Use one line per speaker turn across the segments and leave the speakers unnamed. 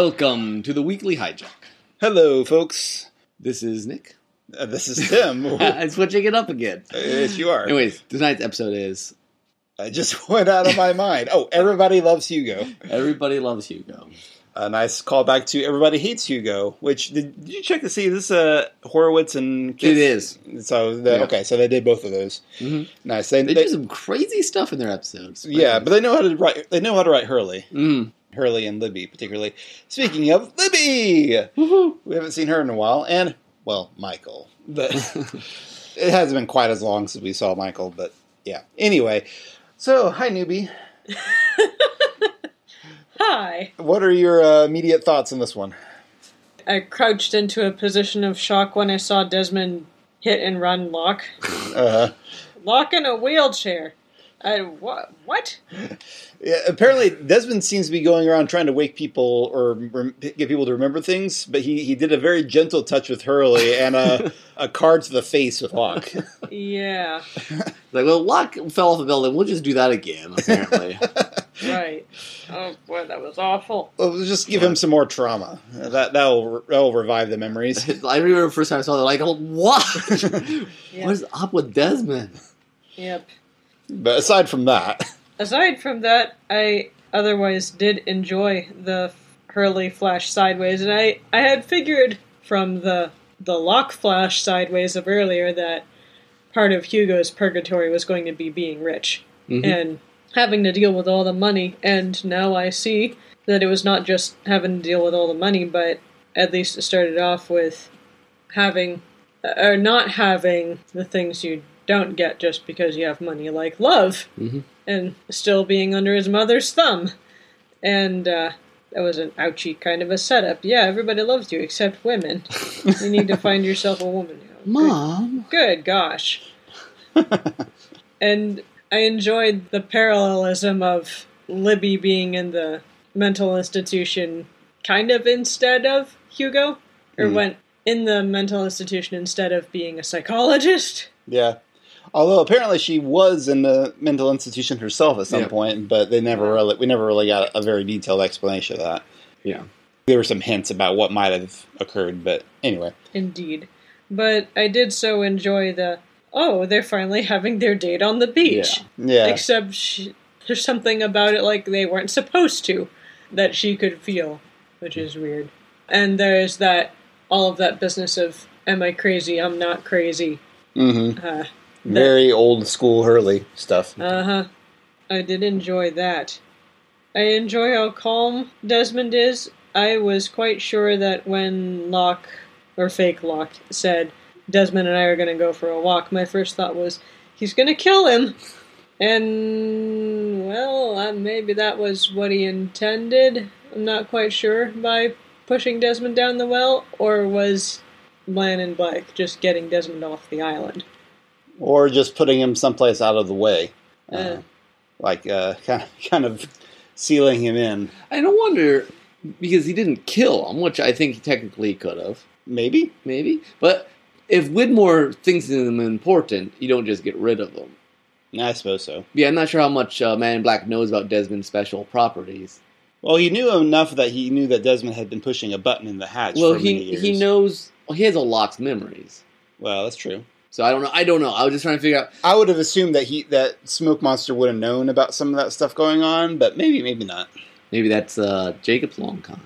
Welcome to the weekly hijack.
Hello, folks.
This is Nick.
Uh, this is Tim.
I'm switching it up again.
yes, you are.
Anyways, tonight's episode is
I just went out of my mind. Oh, everybody loves Hugo.
Everybody Loves Hugo.
A nice callback to Everybody Hates Hugo. Which did, did you check to see this? Uh, Horowitz and
It is.
is. So the,
Yeah.
okay, so they did both of those.
Mhm.
Nice. They,
They
they-
do some crazy stuff in their episodes.
yeah, but they know how to write. They know how to write Hurley,
Mm.
Hurley and Libby, particularly. Speaking of Libby,
Woohoo.
we haven't seen her in a while, and well, Michael. But it hasn't been quite as long since we saw Michael, but yeah. Anyway, so hi newbie.
Hi.
What are your uh, immediate thoughts on this one?
I crouched into a position of shock when I saw Desmond hit and run Locke.
Uh,
Locke in a wheelchair. I, what? What?
yeah, apparently, Desmond seems to be going around trying to wake people or rem- get people to remember things, but he, he did a very gentle touch with Hurley and a, a card to the face with Hawk.
Yeah,
Like, well, Locke fell off a building. We'll just do that again, apparently.
right. Oh, boy, that was awful.
Well, just give him some more trauma. That that'll that'll revive the memories.
I remember the first time I saw it, like, oh, what?
Yeah.
What is up with Desmond?
Yep.
But aside from that,
Aside from that, I otherwise did enjoy the Hurley flash sideways, and I, I had figured from the the lock flash sideways of earlier that part of Hugo's purgatory was going to be being rich
Mhm.
and having to deal with all the money, and now I see that it was not just having to deal with all the money, but at least it started off with having or not having the things you don't get just because you have money, like love and still being under his mother's thumb. And uh, that was an ouchy kind of a setup. Yeah, everybody loves you except women. you need to find yourself a woman.
Mom.
Good gosh. and I enjoyed the parallelism of Libby being in the mental institution kind of instead of Hugo, or went in the mental institution instead of being a psychologist.
yeah. Although apparently she was in the mental institution herself at some
Yeah.
point, but they never really we never really got a very detailed explanation of that.
Yeah.
There were some hints about what might have occurred, but anyway.
Indeed. But I did so enjoy the, oh, they're finally having their date on the beach.
Yeah.
Yeah.
Except she, there's something about it like they weren't supposed to that she could feel, which is weird. And there's that, all of that business of, am I crazy? I'm not crazy.
hmm
Uh,
Very old school Hurley stuff.
Uh huh. I did enjoy that. I enjoy how calm Desmond is. I was quite sure that when Locke, or fake Locke, said Desmond and I are going to go for a walk, my first thought was, he's going to kill him. And, well, uh, maybe that was what he intended. I'm not quite sure by pushing Desmond down the well, or was Bland and Black just getting Desmond off the island?
Or just putting him someplace out of the way. Uh,
Uh.
like uh, kind, of, kind of sealing him in.
I don't wonder, because he didn't kill him, which I think he technically could have.
Maybe?
maybe. But if Widmore thinks them important, you don't just get rid of them.
I suppose so.
Yeah, I'm not sure how much uh, Man in Black knows about Desmond's special properties.
Well, he knew enough that he knew that Desmond had been pushing a button in the hatch
well,
for many
he
years.
he knows well, he has a Locke's memories.
Well, that's true.
So I don't know. I don't know. I was just trying to figure out.
I would have assumed that he that Smoke Monster would have known about some of that stuff going on, but maybe, maybe not.
Maybe that's uh, Jacob's long con.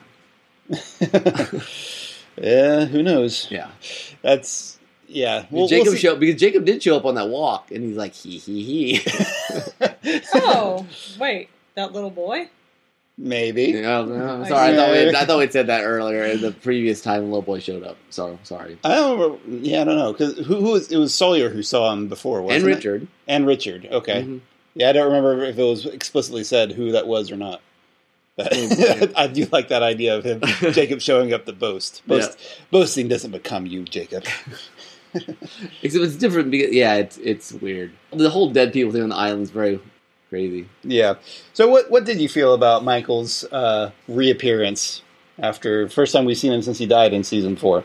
yeah, who knows?
Yeah,
That's yeah. Well,
Jacob
we'll see.
show because Jacob did show up on that walk, and he's like he he he.
Oh, wait, that little boy?
maybe.
You know, I'm sorry, I thought, we, I thought we said that earlier. in The previous time little boy showed up. So sorry.
I don't. remember- Yeah, I don't know because who, who was it was Sawyer who saw him before, wasn't
and
it?
Richard.
and Richard. Okay,
Mhm.
yeah, I don't remember if it was explicitly said who that was or not. But
Mm,
I do like that idea of him, Jacob, showing up to boast. Boast boasting doesn't become you, Jacob.
Except it's different because yeah, it's it's weird. The whole dead people thing on the island is very crazy.
yeah. So what what did you feel about Michael's uh, reappearance after first time we've seen him since he died in season four?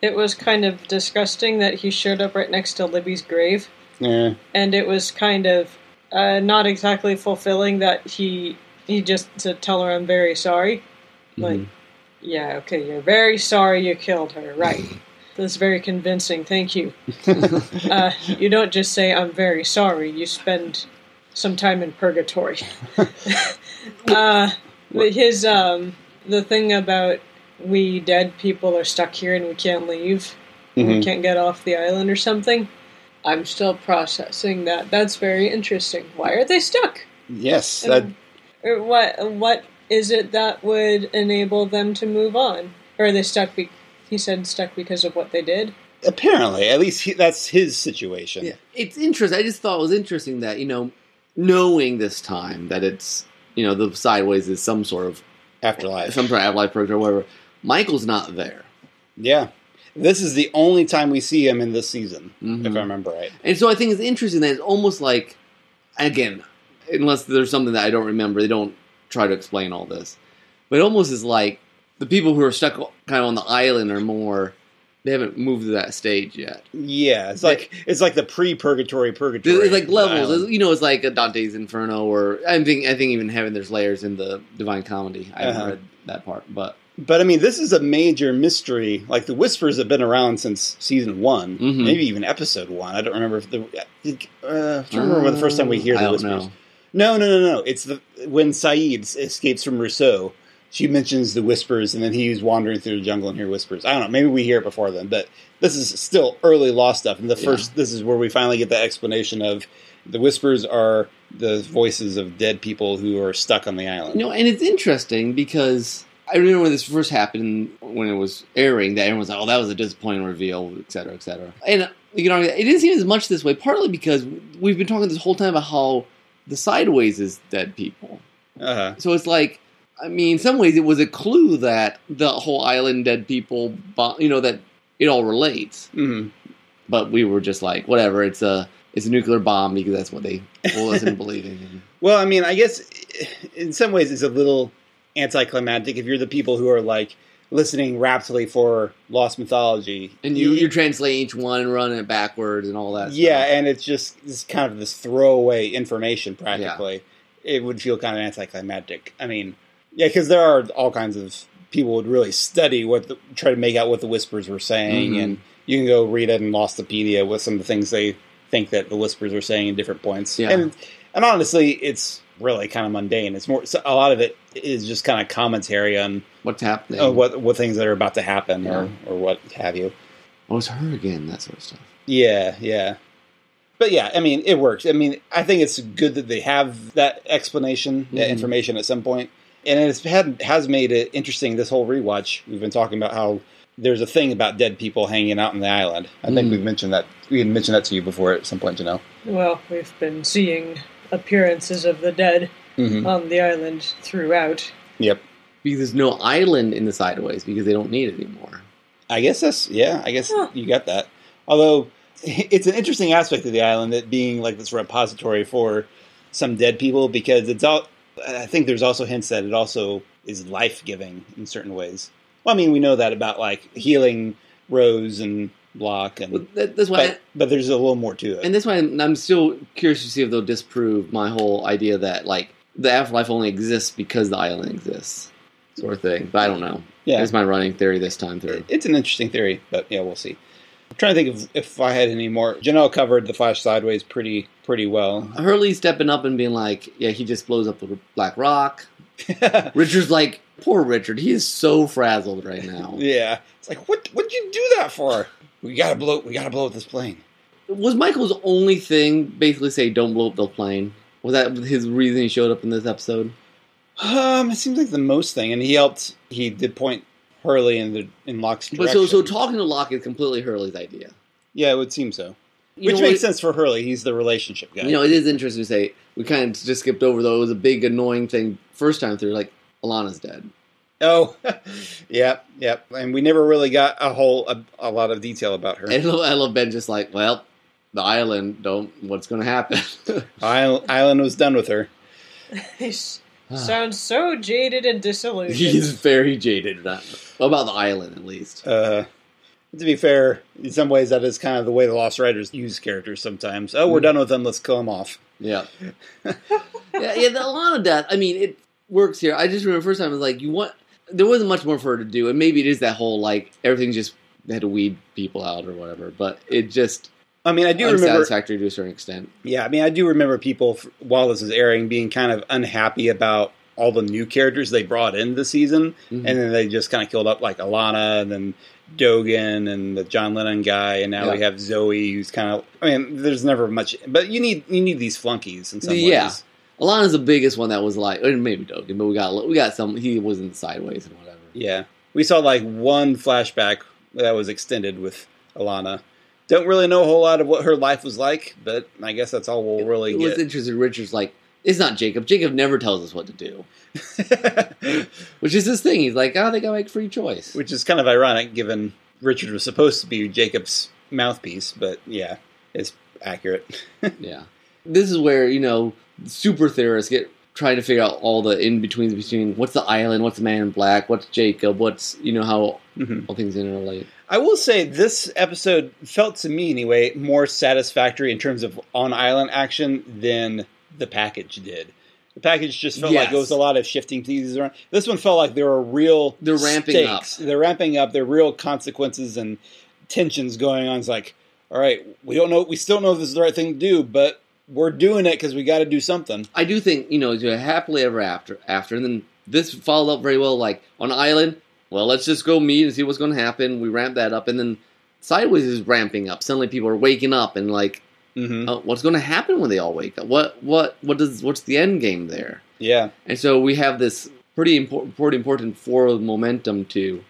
It was kind of disgusting that he showed up right next to Libby's grave,
Yeah.
and it was kind of uh, not exactly fulfilling that he he just to tell her I'm very sorry. Like, yeah, okay, you're very sorry you killed her, right? That's very convincing. Thank you. uh, you don't just say I'm very sorry. You spend some time in purgatory. uh, but his um, the thing about we dead people are stuck here and we can't leave. We
Mhm.
can't get off the island or something. I'm still processing that. That's very interesting. Why are they stuck?
Yes,
And
that
or what what is it that would enable them to move on? Or are they stuck? Be- he said stuck because of what they did.
uh, apparently, at least he, that's his situation.
Yeah, it's interesting. I just thought it was interesting that you know, knowing this time that it's you know the sideways is some sort of
Afterlife.
some sort of life project or whatever. Michael's not there,
Yeah, this is the only time we see him in this season,
Mhm.
if I remember right.
and so I think it's interesting that it's almost like, again, unless there's something that I don't remember, they don't try to explain all this, but it almost is like the people who are stuck kind of on the island are more. They haven't moved to that stage yet.
Yeah, it's like it's like the pre-purgatory purgatory.
There's like levels,
island.
you know. It's like a Dante's Inferno, or I think I think even heaven. There's layers in the Divine Comedy. I haven't
Uh-huh.
read that part, but
But I mean, this is a major mystery. Like the whispers have been around since season one,
Mhm.
maybe even episode one. I don't remember if the I think, uh, I don't remember when the first time we hear
Uh, I
the
don't
whispers.
know.
No, no, no, no. It's the when Saeed s- escapes from Rousseau. She mentions the whispers, and then he's wandering through the jungle and hear whispers. I don't know. Maybe we hear it before then, but this is still early lost stuff. And the
Yeah.
first, this is where we finally get the explanation of the whispers are the voices of dead people who are stuck on the island.
You know, and it's interesting because I remember when this first happened, when it was airing, that everyone was like, "Oh, that was a disappointing reveal," et cetera, et cetera. And uh, you know, it didn't seem as much this way, partly because we've been talking this whole time about how the sideways is dead people.
Uh-huh.
So it's like, I mean, in some ways, it was a clue that the whole island dead people, bo- you know, that it all relates.
Mhm.
But we were just like, whatever. It's a it's a nuclear bomb because that's what they will us into believing.
Well, I mean, I guess in some ways it's a little anticlimactic if you're the people who are like listening raptly for lost mythology
And you you translate each one and run it backwards and all that.
yeah,
stuff.
and it's just it's kind of this throwaway information practically. It would feel kind of anticlimactic. I mean, yeah, because there are all kinds of people would really study what the, try to make out what the whispers were saying,
Mhm.
and you can go read it in Lostopedia with some of the things they think that the whispers are saying in different points.
Yeah.
And and honestly, it's really kind of mundane. It's more so a lot of it is just kind of commentary on
what's happening?
uh, what what things that are about to happen
Yeah.
or or what have you.
Oh, it's her again. That sort of stuff.
Yeah, yeah. But yeah, I mean, it works. I mean, I think it's good that they have that explanation, that
Mhm.
information at some point. And it's had has made it interesting this whole rewatch. We've been talking about how there's a thing about dead people hanging out on the island. I think
Mm.
we've mentioned that we had mentioned that to you before at some point, Janelle.
Well, we've been seeing appearances of the dead
Mm-hmm.
on the island throughout.
Yep.
Because there's no island in the sideways because they don't need it anymore.
I guess that's yeah. I guess
Huh.
you got that. Although it's an interesting aspect of the island that being like this repository for some dead people because it's all. I think there's also hints that it also is life giving in certain ways. Well, I mean, we know that about like healing Rose and Block,
Well,
and
that, that's why.
but, but there's a little more to it.
And that's why I'm, I'm still curious to see if they'll disprove my whole idea that like the afterlife only exists because the island exists, sort of thing. But I don't know.
yeah,
That's my running theory this time through.
it's an interesting theory, but yeah, we'll see. I'm trying to think of if I had any more. Janelle covered the Flash sideways pretty pretty well.
Hurley stepping up and being like, "Yeah, he just blows up the Black Rock." Richard's like, "Poor Richard, he is so frazzled right now."
Yeah. It's like what what'd you do that for? We gotta blow we gotta blow up this plane.
Was Michael's only thing basically say, "Don't blow up the plane"? Was that his reason he showed up in this episode?
Um, it seems like the most thing. And he helped he did point Hurley in the in Locke's direction.
But so, so talking to Locke is completely Hurley's idea.
Yeah, it would seem so.
You
Which
know,
makes
it-
sense for Hurley. He's the relationship guy.
You know, it is interesting to say we kind of just skipped over though. It was a big annoying thing first time through. Like Alana's dead.
oh Yep, yep. And we never really got a whole a, a lot of detail about her.
I love, I love Ben just like, well, the island. Don't what's going to happen?
Island, Island was done with her.
He s-
Ah.
sounds so jaded and disillusioned.
Ah. He's very jaded about about the island, at least.
Uh to be fair, in some ways that is kind of the way the Lost Riders use characters sometimes. Oh,
Hmm.
we're done with them, let's kill them off.
Yeah, yeah, yeah. The Alana death. I mean, it works here. I just remember first time I was like, you want there wasn't much more for her to do, and maybe it is that whole like everything just they had to weed people out or whatever. But it just
I mean, I do remember.
unsatisfactory to a certain extent.
Yeah, I mean, I do remember people f- while this was airing being kind of unhappy about all the new characters they brought in this season,
Mhm.
and then they just kind of killed up like Alana and then Dogan and the John Lennon guy, and now we
Yeah.
have Zoe, who's kind of. I mean, there's never much, but you need you need these flunkies in some
Yeah.
ways.
Alana's the biggest one that was like, or maybe Dogan, but we got we got some. He was in sideways and whatever.
Yeah, we saw like one flashback that was extended with Alana. Don't really know a whole lot of what her life was like, but I guess that's all we'll really
it
get.
was interesting. Richard's like, it's not Jacob. Jacob never tells us what to do, which is his thing. He's like, I think I make free choice.
Which is kind of ironic given Richard was supposed to be Jacob's mouthpiece, but yeah, it's accurate.
yeah, this is where you know super theorists get trying to figure out all the in betweens between what's the island, what's the man in black, what's Jacob, what's you know how
Mhm.
all things interrelate.
I will say this episode felt to me anyway more satisfactory in terms of on island action than the package did. The package just felt like
Yes.
it was a lot of shifting pieces around. This one felt like there were real
They're ramping up.
stakes. They're ramping up. There are real consequences and tensions going on. It's like, all right, we don't know. We still don't know if this is the right thing to do, but we're doing it because we got to do something.
I do think you know to happily ever after after, and then this followed up very well. Like on Island, well, let's just go meet and see what's going to happen. We ramp that up, and then Sideways is ramping up. Suddenly, people are waking up and like,
Mm-hmm.
uh, what's going to happen when they all wake up? What what what does what's the end game there?
Yeah.
And so we have this pretty important pretty important forward momentum to.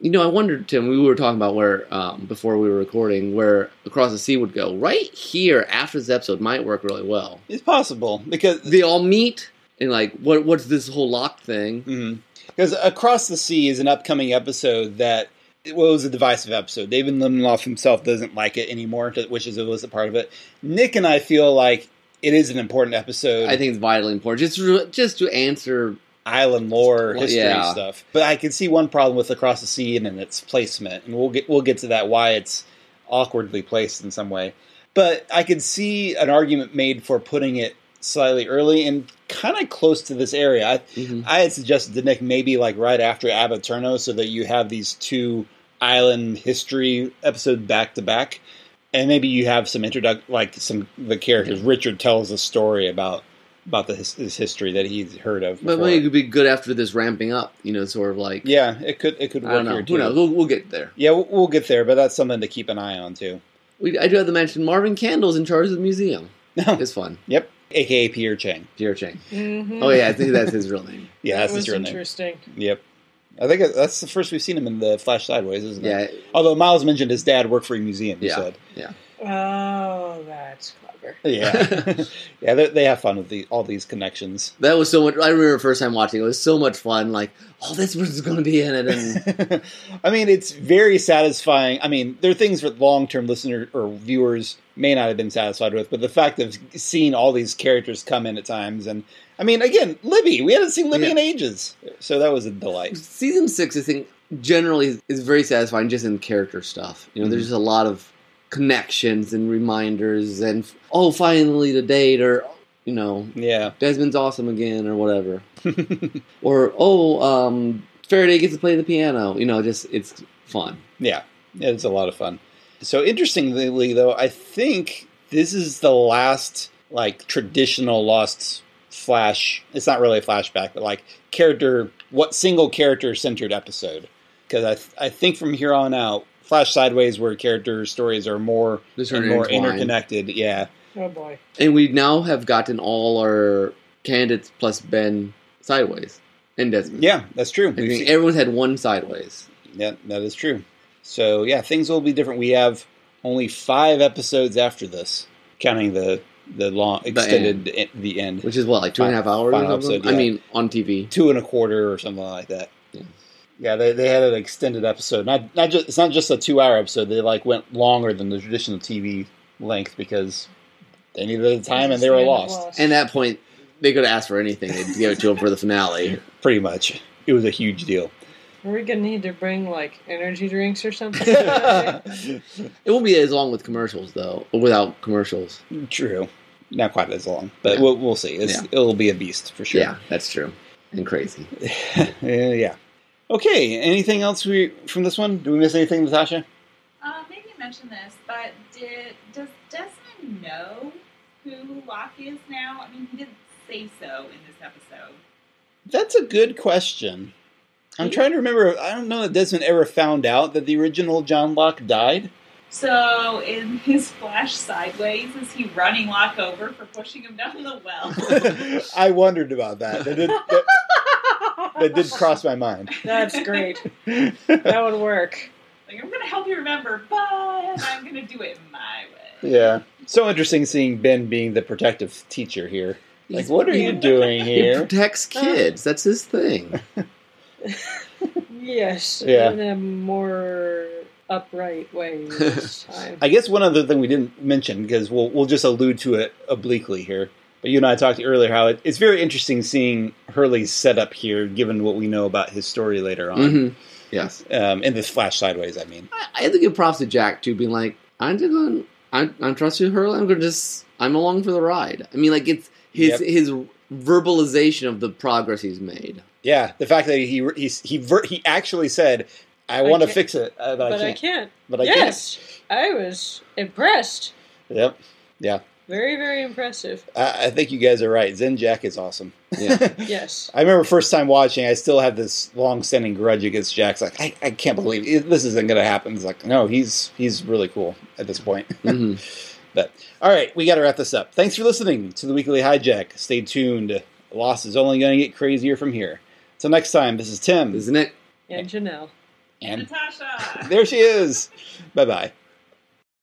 You know, I wondered, Tim. We were talking about where um, before we were recording, where across the sea would go. Right here, after this episode, might work really well
It's possible because
they all meet and like what what's this whole lock thing
because mm-hmm. across the sea is an upcoming episode that it was a divisive episode. David Lindelof himself doesn't like it anymore, to- which is it was a part of it. Nick and I feel like it is an important episode.
i think it's vitally important just to- just to answer
island lore,
Well,
history
yeah.
stuff. But I can see one problem with across the sea and in its placement, and we'll get we'll get to that why it's awkwardly placed in some way. But I could see an argument made for putting it slightly early and kind of close to this area. I, I had suggested to Nick maybe like right after Abaterno so that you have these two island history episodes back to back. And maybe you have some introduct like some the characters. Richard tells a story about about the, his, his history that he's heard of.
but
before.
maybe it could be good after this ramping up you know sort of like
yeah, it could it could
i
work
don't know
here
who
too.
knows we'll, we'll get there
Yeah, we'll, we'll get there, but that's something to keep an eye on too.
we, i do have to mention marvin candle's in charge of the museum it's fun
yep, aka Pierre Chang.
pierre chang
Mhm.
oh yeah i think that's his real name
Yeah,
that
that's
was
his real name.
interesting.
Yep, I think it- that's the first we've seen him in the Flash Sideways, isn't it?
yeah
Although Miles mentioned his dad worked for a museum. He
Yeah.
said.
Oh, that's clever.
Yeah, yeah, they, they have fun with the, all these connections.
that was so much i remember the first time watching it was so much fun like oh this person's gonna be in it and
I mean, it's very satisfying. I mean, there are things that long-term listeners or viewers may not have been satisfied with, but the fact of seeing all these characters come in at times, and I mean, again, Libby, we haven't seen Libby
Yeah.
in ages, so that was a delight.
season six, I think, generally is, is very satisfying just in character stuff. You know,
Mm-hmm.
there's just a lot of connections and reminders, and oh, finally the date, or you know,
Yeah,
Desmond's awesome again, or whatever, or oh, um, Faraday gets to play the piano. You know, just it's fun.
yeah, it's a lot of fun. So interestingly, though, I think this is the last like traditional Lost flash. It's not really a flashback, but like character, what single character centered episode? Because I, th- I think from here on out, flash sideways where character stories are more
There's
and more interconnected. Yeah,
Oh boy.
and we now have gotten all our candidates plus Ben sideways and Desmond.
yeah, that's true.
I
We've
think
seen-
everyone's had one sideways.
yeah, that is true. So yeah, things will be different. We have only five episodes after this, counting the the long extended the end. The end.
Which is what, like two and a half hours?
Final
or something?
episode, yeah.
I mean, on TV.
two and a quarter or something like that.
Yeah.
Yeah, they, they had an extended episode. Not not just it's not just a two hour episode. They like went longer than the traditional TV length because they needed the time and they were lost.
And at that point, they could ask for anything. They'd give it to him for the finale.
Pretty much, it was a huge deal.
Are we gonna need to bring like energy drinks or something?
It won't be as long with commercials, though, without commercials.
True, not quite as long, but
Yeah.
we'll we'll see. It's, It'll be a beast for sure.
Yeah, that's true. And crazy.
Yeah, yeah. Okay. Anything else we from this one? Do we miss anything, Natasha?
Uh, maybe you mentioned this, but did does Desmond know who Locke is now? I mean, he didn't say so in this episode.
That's a good question. I'm trying to remember. I don't know that Desmond ever found out that the original John Locke died.
So in his flash sideways, is he running Locke over for pushing him down the well?
I wondered about that. That did, that, that did cross my mind.
That's great. That would work.
like I'm gonna help you remember, but I'm gonna do it my way.
Yeah. So interesting seeing Ben being the protective teacher here. Like,
He's-
what are you doing
He
here?
protects kids. That's his thing.
Yes,
Yeah.
in a more upright way this time.
I guess one other thing we didn't mention because we'll we'll just allude to it obliquely here. But you and I talked earlier how it, it's very interesting seeing Hurley's setup here, given what we know about his story later on,
hmm Yes.
um, and this flash sideways. I mean,
I, I have to give props to Jack too, being like, I'm just going, I'm, I'm trusting her. I'm going to just, I'm along for the ride. I mean, like it's his
Yep.
his verbalization of the progress he's made.
yeah, the fact that he he he, ver- he actually said, "I
I
want to
can't-
fix it, uh, but,
but
I
I
can't."
can't.
But I
yes, I was impressed.
can't. Yep.
Very, very impressive.
I, I think you guys are right. Zen Jack is awesome.
Yeah.
Yes.
I remember first time watching, I still have this long-standing grudge against Jack's. Like, I, I can't believe it, this isn't going to happen. It's like, no, he's he's really cool at this point.
hmm
But all right, we got to wrap this up. Thanks for listening to the Weekly Hijack. Stay tuned. Loss is only going to get crazier from here. Till next time, this is Tim,
Isn't it?
And Janelle.
and
Natasha.
there she is. Bye bye.